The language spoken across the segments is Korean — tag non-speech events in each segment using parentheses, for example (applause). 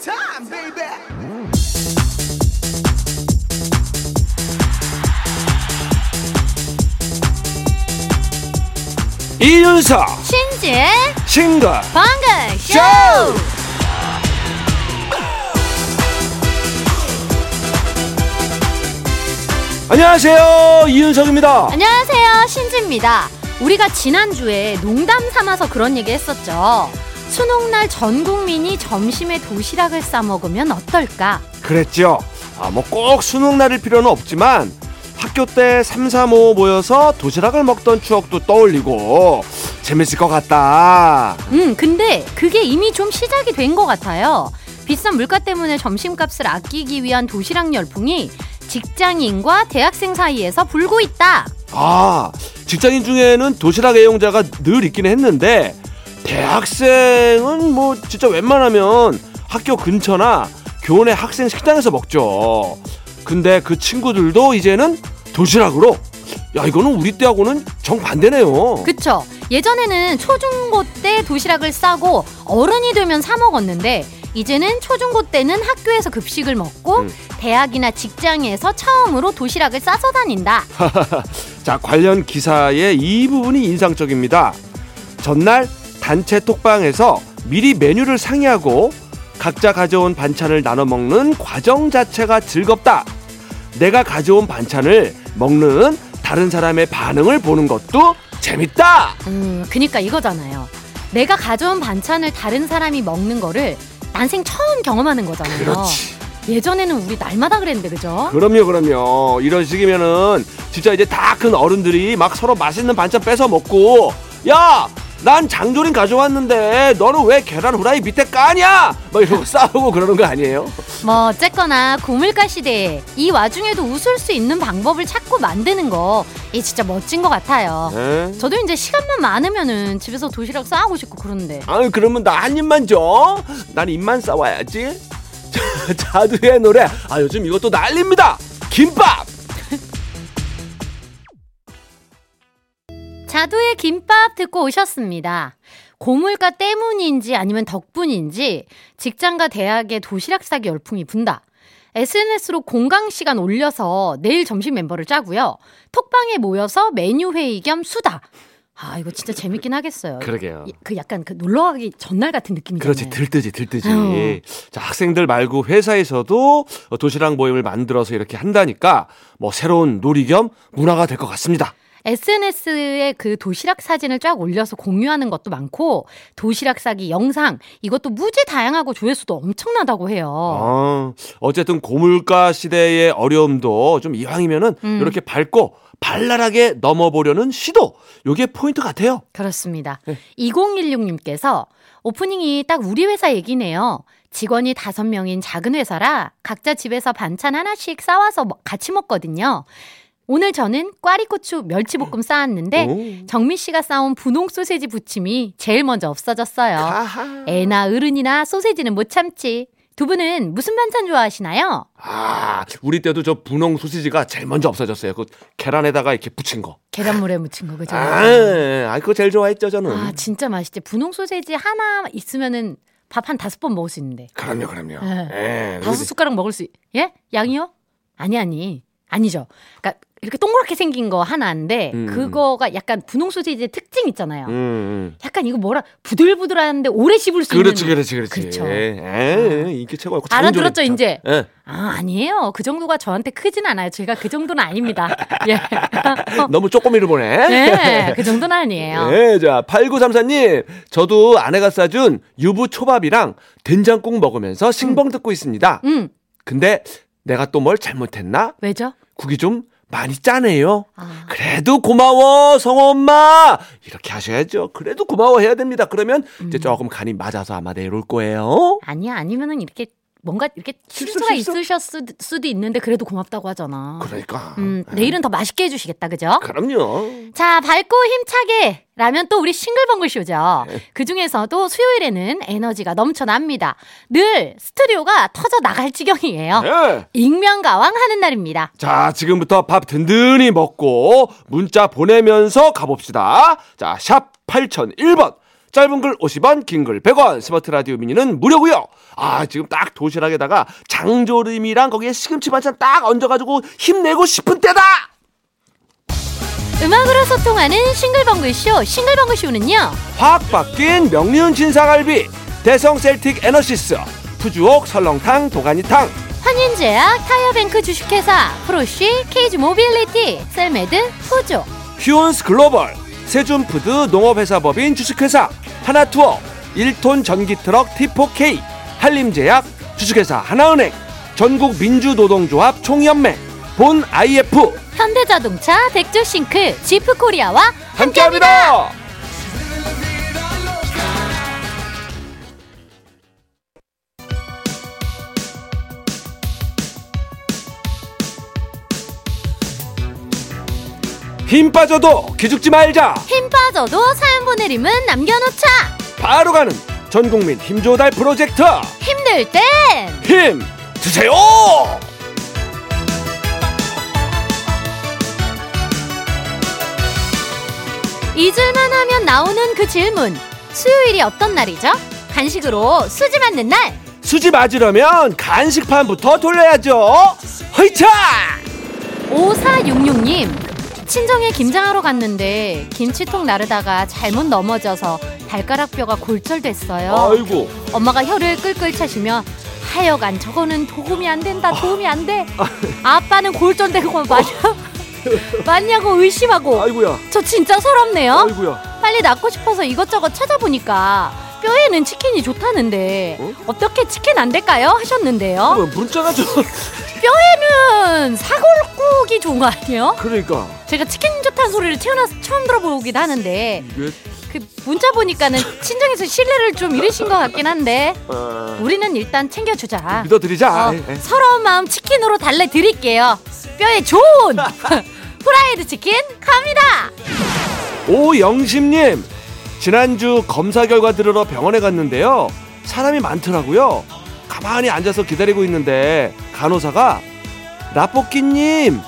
time, baby. 이윤석 신지의 싱글 방글 쇼! 안녕하세요 이윤석입니다 안녕하세요, 신지입니다. 우리가 지난주에 농담 삼아서 그런 얘기 했었죠. 수능날 전 국민이 점심에 도시락을 싸먹으면 어떨까? 그랬죠 아 뭐 꼭 수능 날일 필요는 없지만 학교 때 삼삼오오 모여서 도시락을 먹던 추억도 떠올리고 재밌을 것 같다 음, 근데 그게 이미 좀 시작이 된 것 같아요. 비싼 물가 때문에 점심값을 아끼기 위한 도시락 열풍이 직장인과 대학생 사이에서 불고 있다. 아 직장인 중에는 도시락 애용자가 늘 있긴 했는데 대학생은 뭐 진짜 웬만하면 학교 근처나 교내 학생 식당에서 먹죠 근데 그 친구들도 이제는 도시락으로 야 이거는 우리 때하고는 정반대네요 그쵸. 예전에는 초중고 때 도시락을 싸고 어른이 되면 사 먹었는데 이제는 초중고 때는 학교에서 급식을 먹고 음. 대학이나 직장에서 처음으로 도시락을 싸서 다닌다. 자 관련 기사의 이 부분이 인상적입니다. 전날 단체 톡방에서 미리 메뉴를 상의하고 각자 가져온 반찬을 나눠 먹는 과정 자체가 즐겁다. 내가 가져온 반찬을 먹는 다른 사람의 반응을 보는 것도 재밌다. 음, 그니까 이거잖아요. 내가 가져온 반찬을 다른 사람이 먹는 거를 난생 처음 경험하는 거잖아요. 예전에는 우리 날마다 그랬는데 그죠? 그럼요, 그럼요. 이런 식이면은 진짜 이제 다 큰 어른들이 막 서로 맛있는 반찬 뺏어 먹고, 야, 난 장조림 가져왔는데 너는 왜 계란 후라이 밑에 까냐? 막 이러고 (laughs) 싸우고 그러는 거 아니에요? 뭐 어쨌거나 고물가 시대에 이 와중에도 웃을 수 있는 방법을 찾고 만드는 거 이 진짜 멋진 것 같아요. 에? 저도 이제 시간만 많으면은 집에서 도시락 싸고 싶고 그런데 아유, 그러면 나 한 입만 줘. 난 입만 싸와야지. (laughs) 자, 자두의 노래. 아, 요즘 이것도 난립니다. 김밥. 자두의 김밥 듣고 오셨습니다. 고물가 때문인지 아니면 덕분인지 직장과 대학의 도시락 싸기 열풍이 분다. SNS로 공강 시간 올려서 내일 점심 멤버를 짜고요. 톡방에 모여서 메뉴 회의 겸 수다. 아 이거 진짜 재밌긴 하겠어요. 그러게요. 이- 그 약간 그 놀러 가기 전날 같은 느낌이잖아요. 그렇지 들뜨지 들뜨지 아유. 자 학생들 말고 회사에서도 어, 도시락 모임을 만들어서 이렇게 한다니까 뭐 새로운 놀이 겸 문화가 될 것 같습니다 SNS에 그 도시락 사진을 쫙 올려서 공유하는 것도 많고 도시락 싸기 영상 이것도 무지 다양하고 조회수도 엄청나다고 해요. 어. 어쨌든 고물가 시대의 어려움도 좀 이왕이면은 음. 이렇게 밝고 발랄하게 넘어보려는 시도 요게 포인트 같아요 그렇습니다. 2016님께서 오프닝이 딱 우리 회사 얘기네요. 직원이 다섯 명인 작은 회사라 각자 집에서 반찬 하나씩 싸와서 먹- 같이 먹거든요. 오늘 저는 꽈리고추 멸치볶음 싸왔는데 오. 정민 씨가 싸온 분홍 소세지 부침이 제일 먼저 없어졌어요. 아하. 애나 어른이나 소세지는 못 참지. 두 분은 무슨 반찬 좋아하시나요? 아 우리 때도 저 분홍 소시지가 제일 먼저 없어졌어요 그 계란에다가 이렇게 부친 거 계란물에 무친 거 그죠? 아, 아, 아 그거 제일 좋아했죠 저는 진짜 맛있지. 분홍 소세지 하나 있으면은 밥 한 다섯 번 먹을 수 있는데. 그럼요 그럼요 네. 예, 다섯 숟가락 먹을 수 있... 예? 양이요? 아니 아니. 아니죠. 그러니까 이렇게 동그랗게 생긴 거 하나인데 음. 그거가 약간 분홍 소세지의 특징 있잖아요. 음, 음. 약간 이거 뭐라 부들부들한데 오래 씹을 수 그렇지, 있는 그렇지, 그렇지. 그쵸. 어. 에, 인기 최고였고. 알아들었죠, 자본주의 이제? 참. 예. 아, 아니에요. 그 정도가 저한테 크진 않아요. 제가 그 (laughs) 정도는 아닙니다. 예. (laughs) 너무 쪼꼬미를 보네. (laughs) 네, 그 정도는 아니에요. 예, 자, 8934님. 저도 아내가 싸준 유부 초밥이랑 된장국 먹으면서 싱벙 듣고 있습니다. 음, 근데 내가 또 뭘 잘못했나? 왜죠? 국이 좀 많이 짜네요. 아. 그래도 고마워, 성호 엄마! 이렇게 하셔야죠. 그래도 고마워 해야 됩니다. 그러면 음. 이제 조금 간이 맞아서 아마 내일 올 거예요. 아니야, 아니면은 이렇게 뭔가 이렇게 실수, 실수가 실수? 있으셨을 수도- 수도 있는데 그래도 고맙다고 하잖아. 그러니까. 음, 내일은 더 맛있게 해주시겠다, 그죠? 그럼요. 자, 밝고 힘차게 라면 또 우리 싱글벙글 쇼죠. 그 중에서도 수요일에는 에너지가 넘쳐납니다. 늘 스튜디오가 터져 나갈 지경이에요. 예. 익명가왕 하는 날입니다. 자, 지금부터 밥 든든히 먹고 문자 보내면서 가봅시다. 자, 샵 8001번. 짧은 글 50원, 긴 글 100원, 스마트 라디오 미니는 무료고요. 아, 지금 딱 도시락에다가 장조림이랑 거기에 시금치 반찬 딱 얹어가지고 힘내고 싶은 때다! 음악으로 소통하는 싱글벙글쇼 싱글벙글쇼는요 확 바뀐 명륜 진사갈비, 대성 셀틱 에너시스, 푸주옥 설렁탕 도가니탕, 환인제약 타이어뱅크 주식회사 프로쉬 케이지 모빌리티 셀메드 후조 휴온스 글로벌, 세준푸드 농업회사법인 주식회사, 하나투어, 1톤 전기트럭 T4K, 한림제약, 주식회사 하나은행, 전국 민주노동조합 총연맹, 본 IF, 현대자동차 백조싱크 지프코리아와 함께합니다. 함께합니다! 힘 빠져도 기죽지 말자! 힘 빠져도 사연 보내림은 남겨놓자. 바로 가는 전국민 힘조달 프로젝트 힘들 땐 힘 드세요 잊을만 하면 나오는 그 질문. 수요일이 어떤 날이죠? 간식으로 수지 맞는 날. 수지 맞으려면 간식판부터 돌려야죠 허이차 5466님. 친정에 김장하러 갔는데 김치통 나르다가 잘못 넘어져서 발가락뼈가 골절됐어요. 아이고 엄마가 혀를 끌끌 차시며 하여간 저거는 도움이 안 된다 도움이 안 돼 아빠는 골전된 (laughs) 거 맞냐 맞냐고 의심하고 아이고야 저 진짜 서럽네요 아이고야 빨리 낫고 싶어서 이것저것 찾아보니까 뼈에는 치킨이 좋다는데 어? 어떻게 치킨 안 될까요 하셨는데요 어, 문자가 좀 뼈에는 사골국이 좋은 거 아니에요? (laughs) 그러니까 제가 치킨 좋다는 소리를 태어나서 처음 들어보긴 하는데 이게 그 문자 보니까는 친정에서 신뢰를 좀 잃으신 것 같긴 한데 어, 우리는 일단 챙겨주자 믿어드리자 어, 예, 예. 서러운 마음 치킨으로 달래드릴게요. 뼈에 좋은 (laughs) 프라이드 치킨 갑니다. 오영심님 지난주 검사 결과 들으러 병원에 갔는데요 사람이 많더라고요 가만히 앉아서 기다리고 있는데 간호사가 라볶이님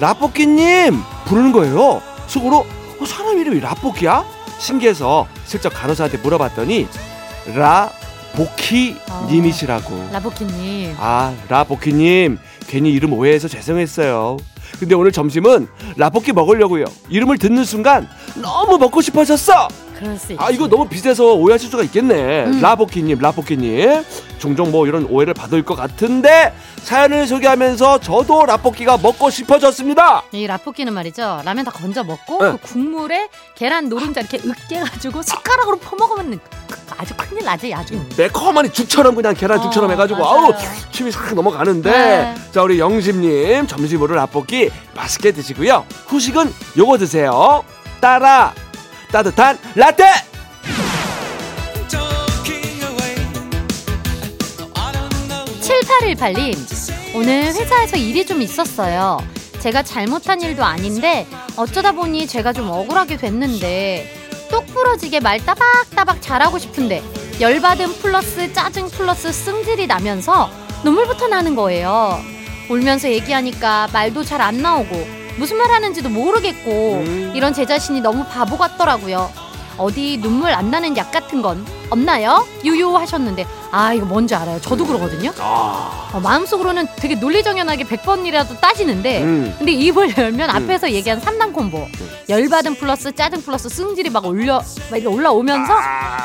라볶이님 부르는 거예요 속으로 어, 사람 이름이 라볶이야 신기해서 슬쩍 간호사한테 물어봤더니 라볶이님이시라고 라보키님. 아, 라볶이님. 괜히 이름 오해해서 죄송했어요. 근데 오늘 점심은 라볶이 먹으려고요. 이름을 듣는 순간 너무 먹고 싶어졌어. 그럴 수 있지. 아, 이거 너무 비슷해서 오해하실 수가 있겠네. 음. 라볶이님, 라볶이님. 종종 뭐 이런 오해를 받을 것 같은데 사연을 소개하면서 저도 라볶이가 먹고 싶어졌습니다. 이 라볶이는 말이죠. 라면 다 건져 먹고 응. 그 국물에 계란 노른자 이렇게 으깨가지고 숟가락으로 퍼먹으면 아주 큰일 나지 아주. 매콤하니 죽처럼 그냥 계란 죽처럼 어, 해가지고 맞아요. 아우 침이 싹 넘어가는데 네. 자 우리 영심님 점심으로 라볶이 맛있게 드시고요 후식은 요거 드세요 따라 따뜻한 라떼 talking away. No, I don't know what 7818님. to say. 오늘 회사에서 일이 좀 있었어요. 제가 잘못한 일도 아닌데 어쩌다 보니 제가 좀 억울하게 됐는데 똑 부러지게 말 따박따박 잘하고 싶은데 열받음 플러스 짜증 플러스 승질이 나면서 눈물부터 나는 거예요. 울면서 얘기하니까 말도 잘 안 나오고 무슨 말 하는지도 모르겠고 음. 이런 제 자신이 너무 바보 같더라고요. 어디 눈물 안 나는 약 같은 건 없나요? 유유 하셨는데 아 이거 뭔지 알아요. 저도 그러거든요. 아, 어, 마음속으로는 되게 논리정연하게 100번이라도 따지는데 음. 근데 입을 열면 앞에서 얘기한 3단 콤보 열받음 플러스 짜증 플러스 승질이 막 올려 막 이렇게 올라오면서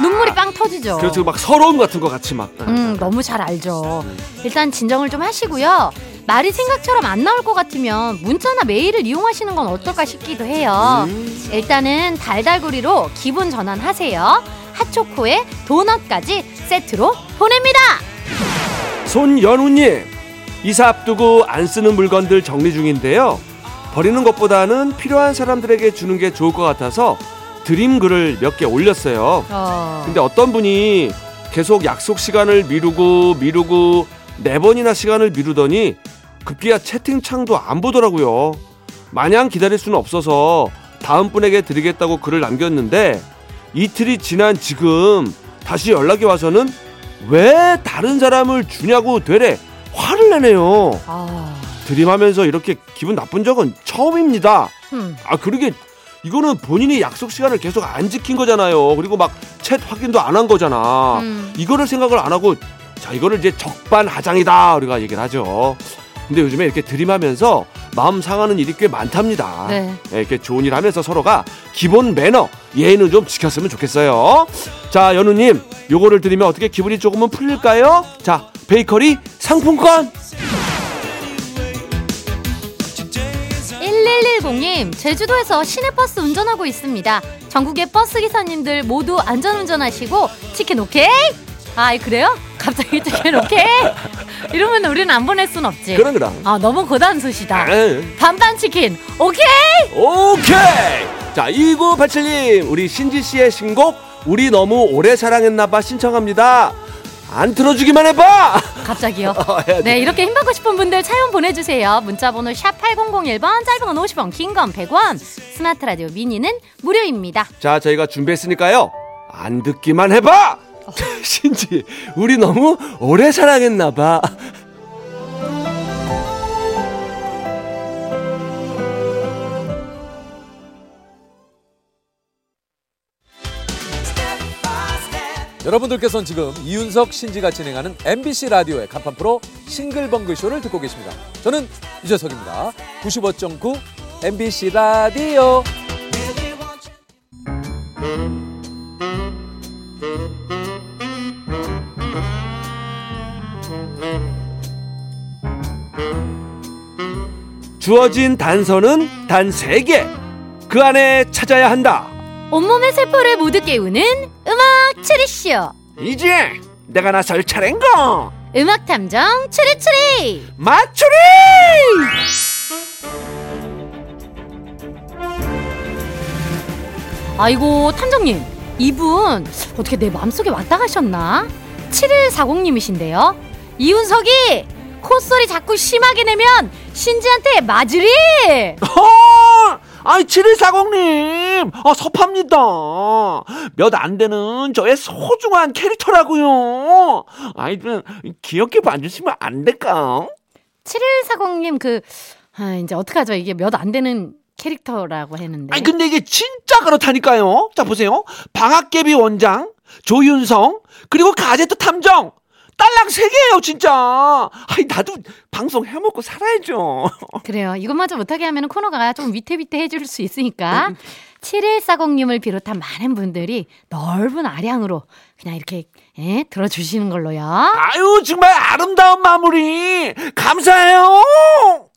눈물이 빵 터지죠. 아. 그래서 그렇죠. 막 서러움 같은 거 같이 막 음, 너무 잘 알죠. 음. 일단 진정을 좀 하시고요. 말이 생각처럼 안 나올 것 같으면 문자나 메일을 이용하시는 건 어떨까 싶기도 해요. 음. 일단은 달달구리로 기분 전환하세요. 핫초코에 도넛까지 세트로 보냅니다. 손연우님 이사 앞두고 안 쓰는 물건들 정리 중인데요 버리는 것보다는 필요한 사람들에게 주는 게 좋을 것 같아서 드림 글을 몇 개 올렸어요 어. 근데 어떤 분이 계속 약속 시간을 미루고 미루고 네 번이나 시간을 미루더니 급기야 채팅창도 안 보더라고요. 마냥 기다릴 수는 없어서 다음 분에게 드리겠다고 글을 남겼는데 이틀이 지난 지금 다시 연락이 와서는 왜 다른 사람을 주냐고 되레 화를 내네요. 아. 드림하면서 이렇게 기분 나쁜 적은 처음입니다. 음. 아 그러게 이거는 본인이 약속 시간을 계속 안 지킨 거잖아요. 그리고 막 챗 확인도 안 한 거잖아. 음. 이거를 생각을 안 하고 자 이거를 이제 적반하장이다 우리가 얘기를 하죠. 근데 요즘에 이렇게 드림하면서 마음 상하는 일이 꽤 많답니다. 네. 예, 이렇게 좋은 일 하면서 서로가 기본 매너 예의는 좀 지켰으면 좋겠어요. 자 연우님 요거를 드리면 어떻게 기분이 조금은 풀릴까요? 자 베이커리 상품권 1110님, 제주도에서 시내버스 운전하고 있습니다. 전국의 버스 기사님들 모두 안전운전하시고, 치킨 오케이? 아, 그래요? 갑자기 치킨 오케이? 이러면 우리는 안 보낼 순 없지. 그럼 그럼. 아, 너무 고단수시다. 아. 반반 치킨 오케이? 오케이. 자, 2987님, 우리 신지 씨의 신곡 우리 너무 오래 사랑했나봐 신청합니다. 안 틀어주기만 해봐. (laughs) 갑자기요. 어, 해야 돼. 네, 이렇게 힘받고 싶은 분들 차연 보내주세요. 문자번호 샵 8001번, 짧은 건 50원, 긴 건 100원. 스마트 라디오 미니는 무료입니다. 자, 저희가 준비했으니까요. 안 듣기만 해봐. (laughs) 신지, 우리 너무 오래 사랑했나봐. 여러분들께서는 지금 이윤석 신지가 진행하는 MBC 라디오의 간판 프로 싱글벙글 쇼를 듣고 계십니다. 저는 유재석입니다. 95.9 MBC 라디오. 주어진 단서는 단 세개그 안에 찾아야 한다. 온몸의 세포를 모두 깨우는 음악 추리쇼. 이제 내가 나설 차례인 거. 음악 탐정 추리추리. 맞추리! 아이고 탐정님 이분 어떻게 내 마음속에 왔다 가셨나? 7140님이신데요 이윤석이 콧소리 자꾸 심하게 내면 신지한테 맞으리 허! 아이 7140님 아 섭합니다 몇 안 되는 저의 소중한 캐릭터라고요 아이들 귀엽게 봐주시면 안 될까 7140님 그 아, 이제 어떡하죠 이게 몇 안 되는 캐릭터라고 했는데 아니 그- 근데 이게 진짜 그렇다니까요 자 보세요 방학개비 원장 조윤성 그리고 가제트 탐정 딸랑 세 개예요 진짜 아니 나도 방송 해먹고 살아야죠 그래요 이것마저 못하게 하면 코너가 좀 위태위태해질 수 있으니까 네, 7140님을 비롯한 많은 분들이 넓은 아량으로 그냥 이렇게 예? 들어주시는 걸로요 아유 정말 아름다운 마무리 감사해요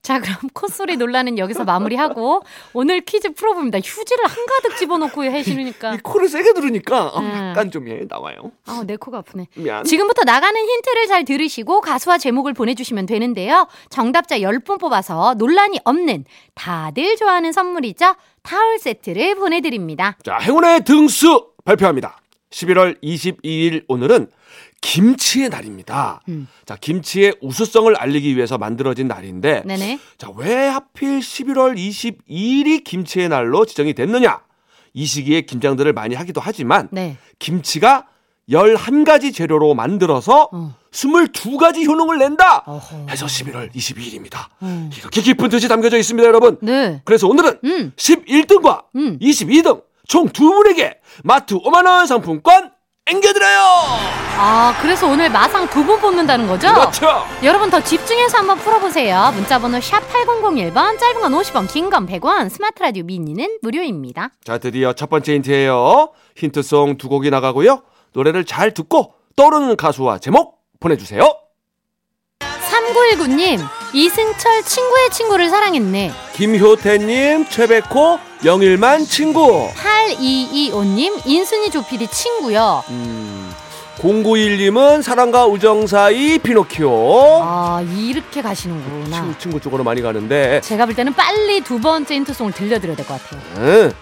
자, 그럼 (laughs) 콧소리 논란은 여기서 마무리하고 오늘 퀴즈 풀어봅니다. 휴지를 한가득 집어넣고 해시니까 이 코를 세게 들으니까 어, 음. 약간 좀 예, 나와요. 아, 내 코가 아프네. 미안. 지금부터 나가는 힌트를 잘 들으시고 가수와 제목을 보내주시면 되는데요. 정답자 10분 뽑아서 논란이 없는 다들 좋아하는 선물이죠. 타올 세트를 보내드립니다. 자, 행운의 등수 발표합니다. 11월 22일 오늘은 김치의 날입니다. 음. 자, 김치의 우수성을 알리기 위해서 만들어진 날인데 네네. 자, 왜 하필 11월 22일이 김치의 날로 지정이 됐느냐? 이 시기에 김장들을 많이 하기도 하지만 네. 김치가 11가지 재료로 만들어서 어. 22가지 효능을 낸다. 어허. 해서 11월 22일입니다. 음. 이렇게 깊은 뜻이 담겨져 있습니다, 여러분. 네. 그래서 오늘은 음. 11등과 음. 22등 총 두 분에게 마트 5만 원 상품권 앵겨드려요. 아, 그래서 오늘 마상 두 분 뽑는다는 거죠? 그렇죠. 여러분 더 집중해서 한번 풀어보세요. 문자번호 샵 8001번, 짧은 건 50원, 긴 건 100원, 스마트 라디오 미니는 무료입니다. 자, 드디어 첫 번째 힌트예요. 힌트송 두 곡이 나가고요. 노래를 잘 듣고 떠오르는 가수와 제목 보내주세요. 3919님, 이승철 친구의 친구를 사랑했네. 김효태님, 최백호, 영일만 친구. 8225님, 인순이 조피디 친구요. 음, 0921님은 사랑과 우정 사이 피노키오. 아, 네. 이렇게 가시는구나. 친구, 친구 쪽으로 많이 가는데. 제가 볼 때는 빨리 두 번째 힌트송을 들려드려야 될 것 같아요. 응.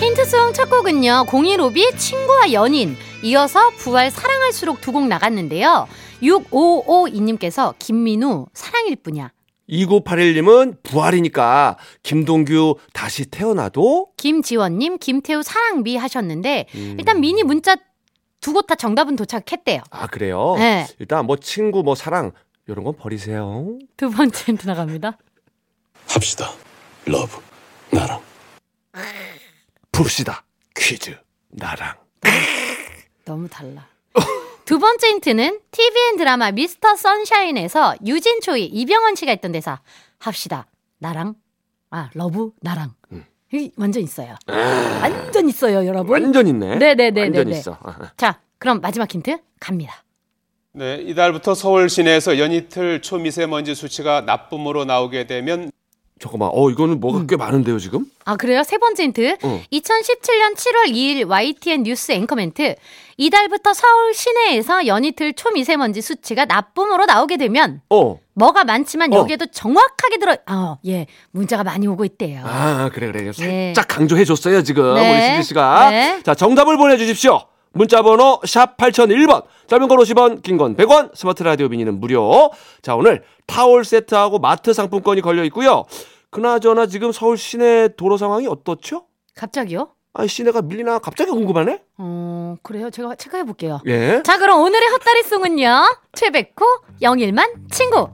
힌트송 첫 곡은요. 015비 친구와 연인 이어서 부활 사랑할수록 두 곡 나갔는데요. 6552님께서 김민우 사랑일 뿐이야. 2981님은 부활이니까 김동규 다시 태어나도 김지원님 김태우 사랑미 하셨는데 음. 일단 미니 문자 두 곳 다 정답은 도착했대요. 아 그래요? 네. 일단 뭐 친구 뭐 사랑 이런 건 버리세요. 두 번째 힌트 (laughs) 나갑니다. 합시다. 러브. 나랑. 풉시다 퀴즈. 나랑. 너무 달라. 두 번째 힌트는 TVN 드라마 미스터 선샤인에서 유진초이 이병헌 씨가 했던 대사 합시다 나랑 아 러브 나랑 이 완전 있어요. 완전 있어요 음. 여러분. 아. 완전 있네. 네네네네네. 완전 있어. (laughs) 자 그럼 마지막 힌트 갑니다. 네, 이달부터 서울 시내에서 연이틀 초미세먼지 수치가 나쁨으로 나오게 되면 잠깐만. 어 이거는 뭐가 꽤 많은데요 지금? 아 그래요? 세 번째 힌트. 어. 2017년 7월 2일 YTN 뉴스 앵커멘트. 이달부터 서울 시내에서 연이틀 초미세먼지 수치가 나쁨으로 나오게 되면 어. 뭐가 많지만 어. 여기에도 정확하게 들어. 아 예, 문자가 많이 오고 있대요. 아 그래 그래 살짝 강조해 줬어요 지금 네. 우리 신지 씨가 네. 자 정답을 보내주십시오 문자번호 샵 8001번 짧은 건 50원 긴 건 100원 스마트 라디오 미니는 무료 자 오늘 타월 세트하고 마트 상품권이 걸려 있고요 그나저나 지금 서울 시내 도로 상황이 어떻죠? 갑자기요? 아니 시내가 밀리나 갑자기 궁금하네 어 그래요? 제가 체크해 볼게요. 예 자 그럼 오늘의 헛다리송은요 최백호 영일만 친구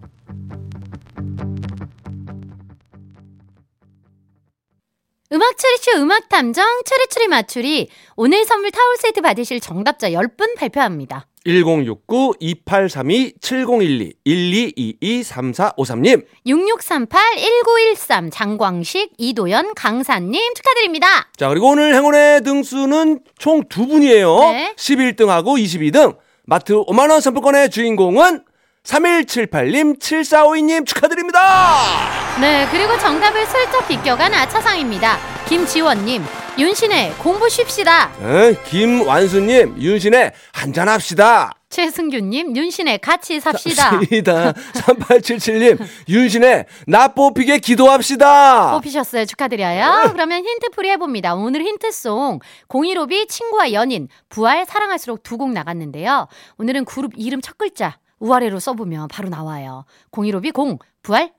음악 추리쇼 음악 탐정 추리추리 맞추리 오늘 선물 타올 세트 받으실 정답자 10분 발표합니다 1069 2832 7012 1222 3453님 6638-1913 장광식 이도연 강사님 축하드립니다 자, 그리고 오늘 행운의 등수는 총 두 분이에요. 네. 11등하고 22등. 마트 5만원 상품권의 주인공은 3178님, 7452님 축하드립니다! 네, 그리고 정답을 슬쩍 비껴간 아차상입니다. 김지원님, 윤신의 공부 쉽시다. 에 김완수님, 윤신의 한잔합시다! 최승규님, 윤신의 같이 삽시다. 시다. 3877님, 윤신의 나 뽑히게 기도합시다! 뽑히셨어요. 축하드려요. 그러면 힌트풀이 해봅니다. 오늘 힌트송 015비 친구와 연인 부활 사랑할수록 두 곡 나갔는데요. 오늘은 그룹 이름 첫 글자 우아래로 써보면 바로 나와요. 015비 공 부활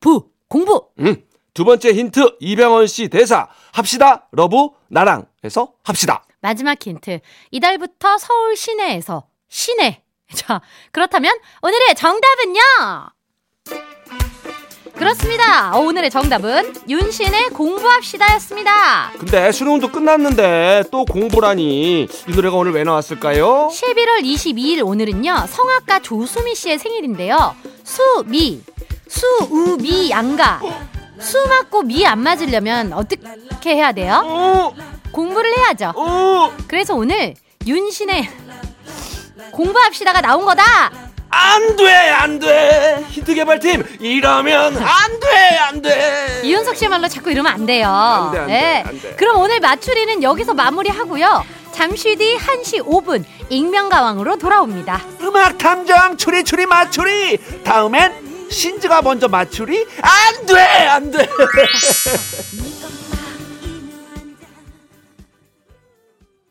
부 공부 음, 두 번째 힌트, 이병헌 씨 대사. 합시다, 러브, 나랑. 해서 합시다. 마지막 힌트 이달부터 서울 시내에서 시내 (laughs) 자 그렇다면 오늘의 정답은요 그렇습니다 어, 오늘의 정답은 윤신의 공부합시다였습니다 근데 수능도 끝났는데 또 공부라니. 이 노래가 오늘 왜 나왔을까요? 11월 22일 오늘은요 성악가 조수미 씨의 생일인데요 수미 수우미 양가 수 맞고 미 안 맞으려면 어떻게 해야 돼요 오! 공부를 해야죠 오! 그래서 오늘 윤신의 공부합시다가 나온 거다 안 돼, 안 돼. 히트 개발팀 이러면 안 돼, 안 돼. 이윤석 씨 말로 자꾸 이러면 안 돼요. 네. 돼, 안 돼, 안 돼. 그럼 오늘 맞추리는 여기서 마무리하고요. 잠시 뒤 1시 5분 익명가왕으로 돌아옵니다. 음악 탐정 추리 추리 맞추리. 다음엔 신지가 먼저 맞추리. 안 돼, 안 돼. 네가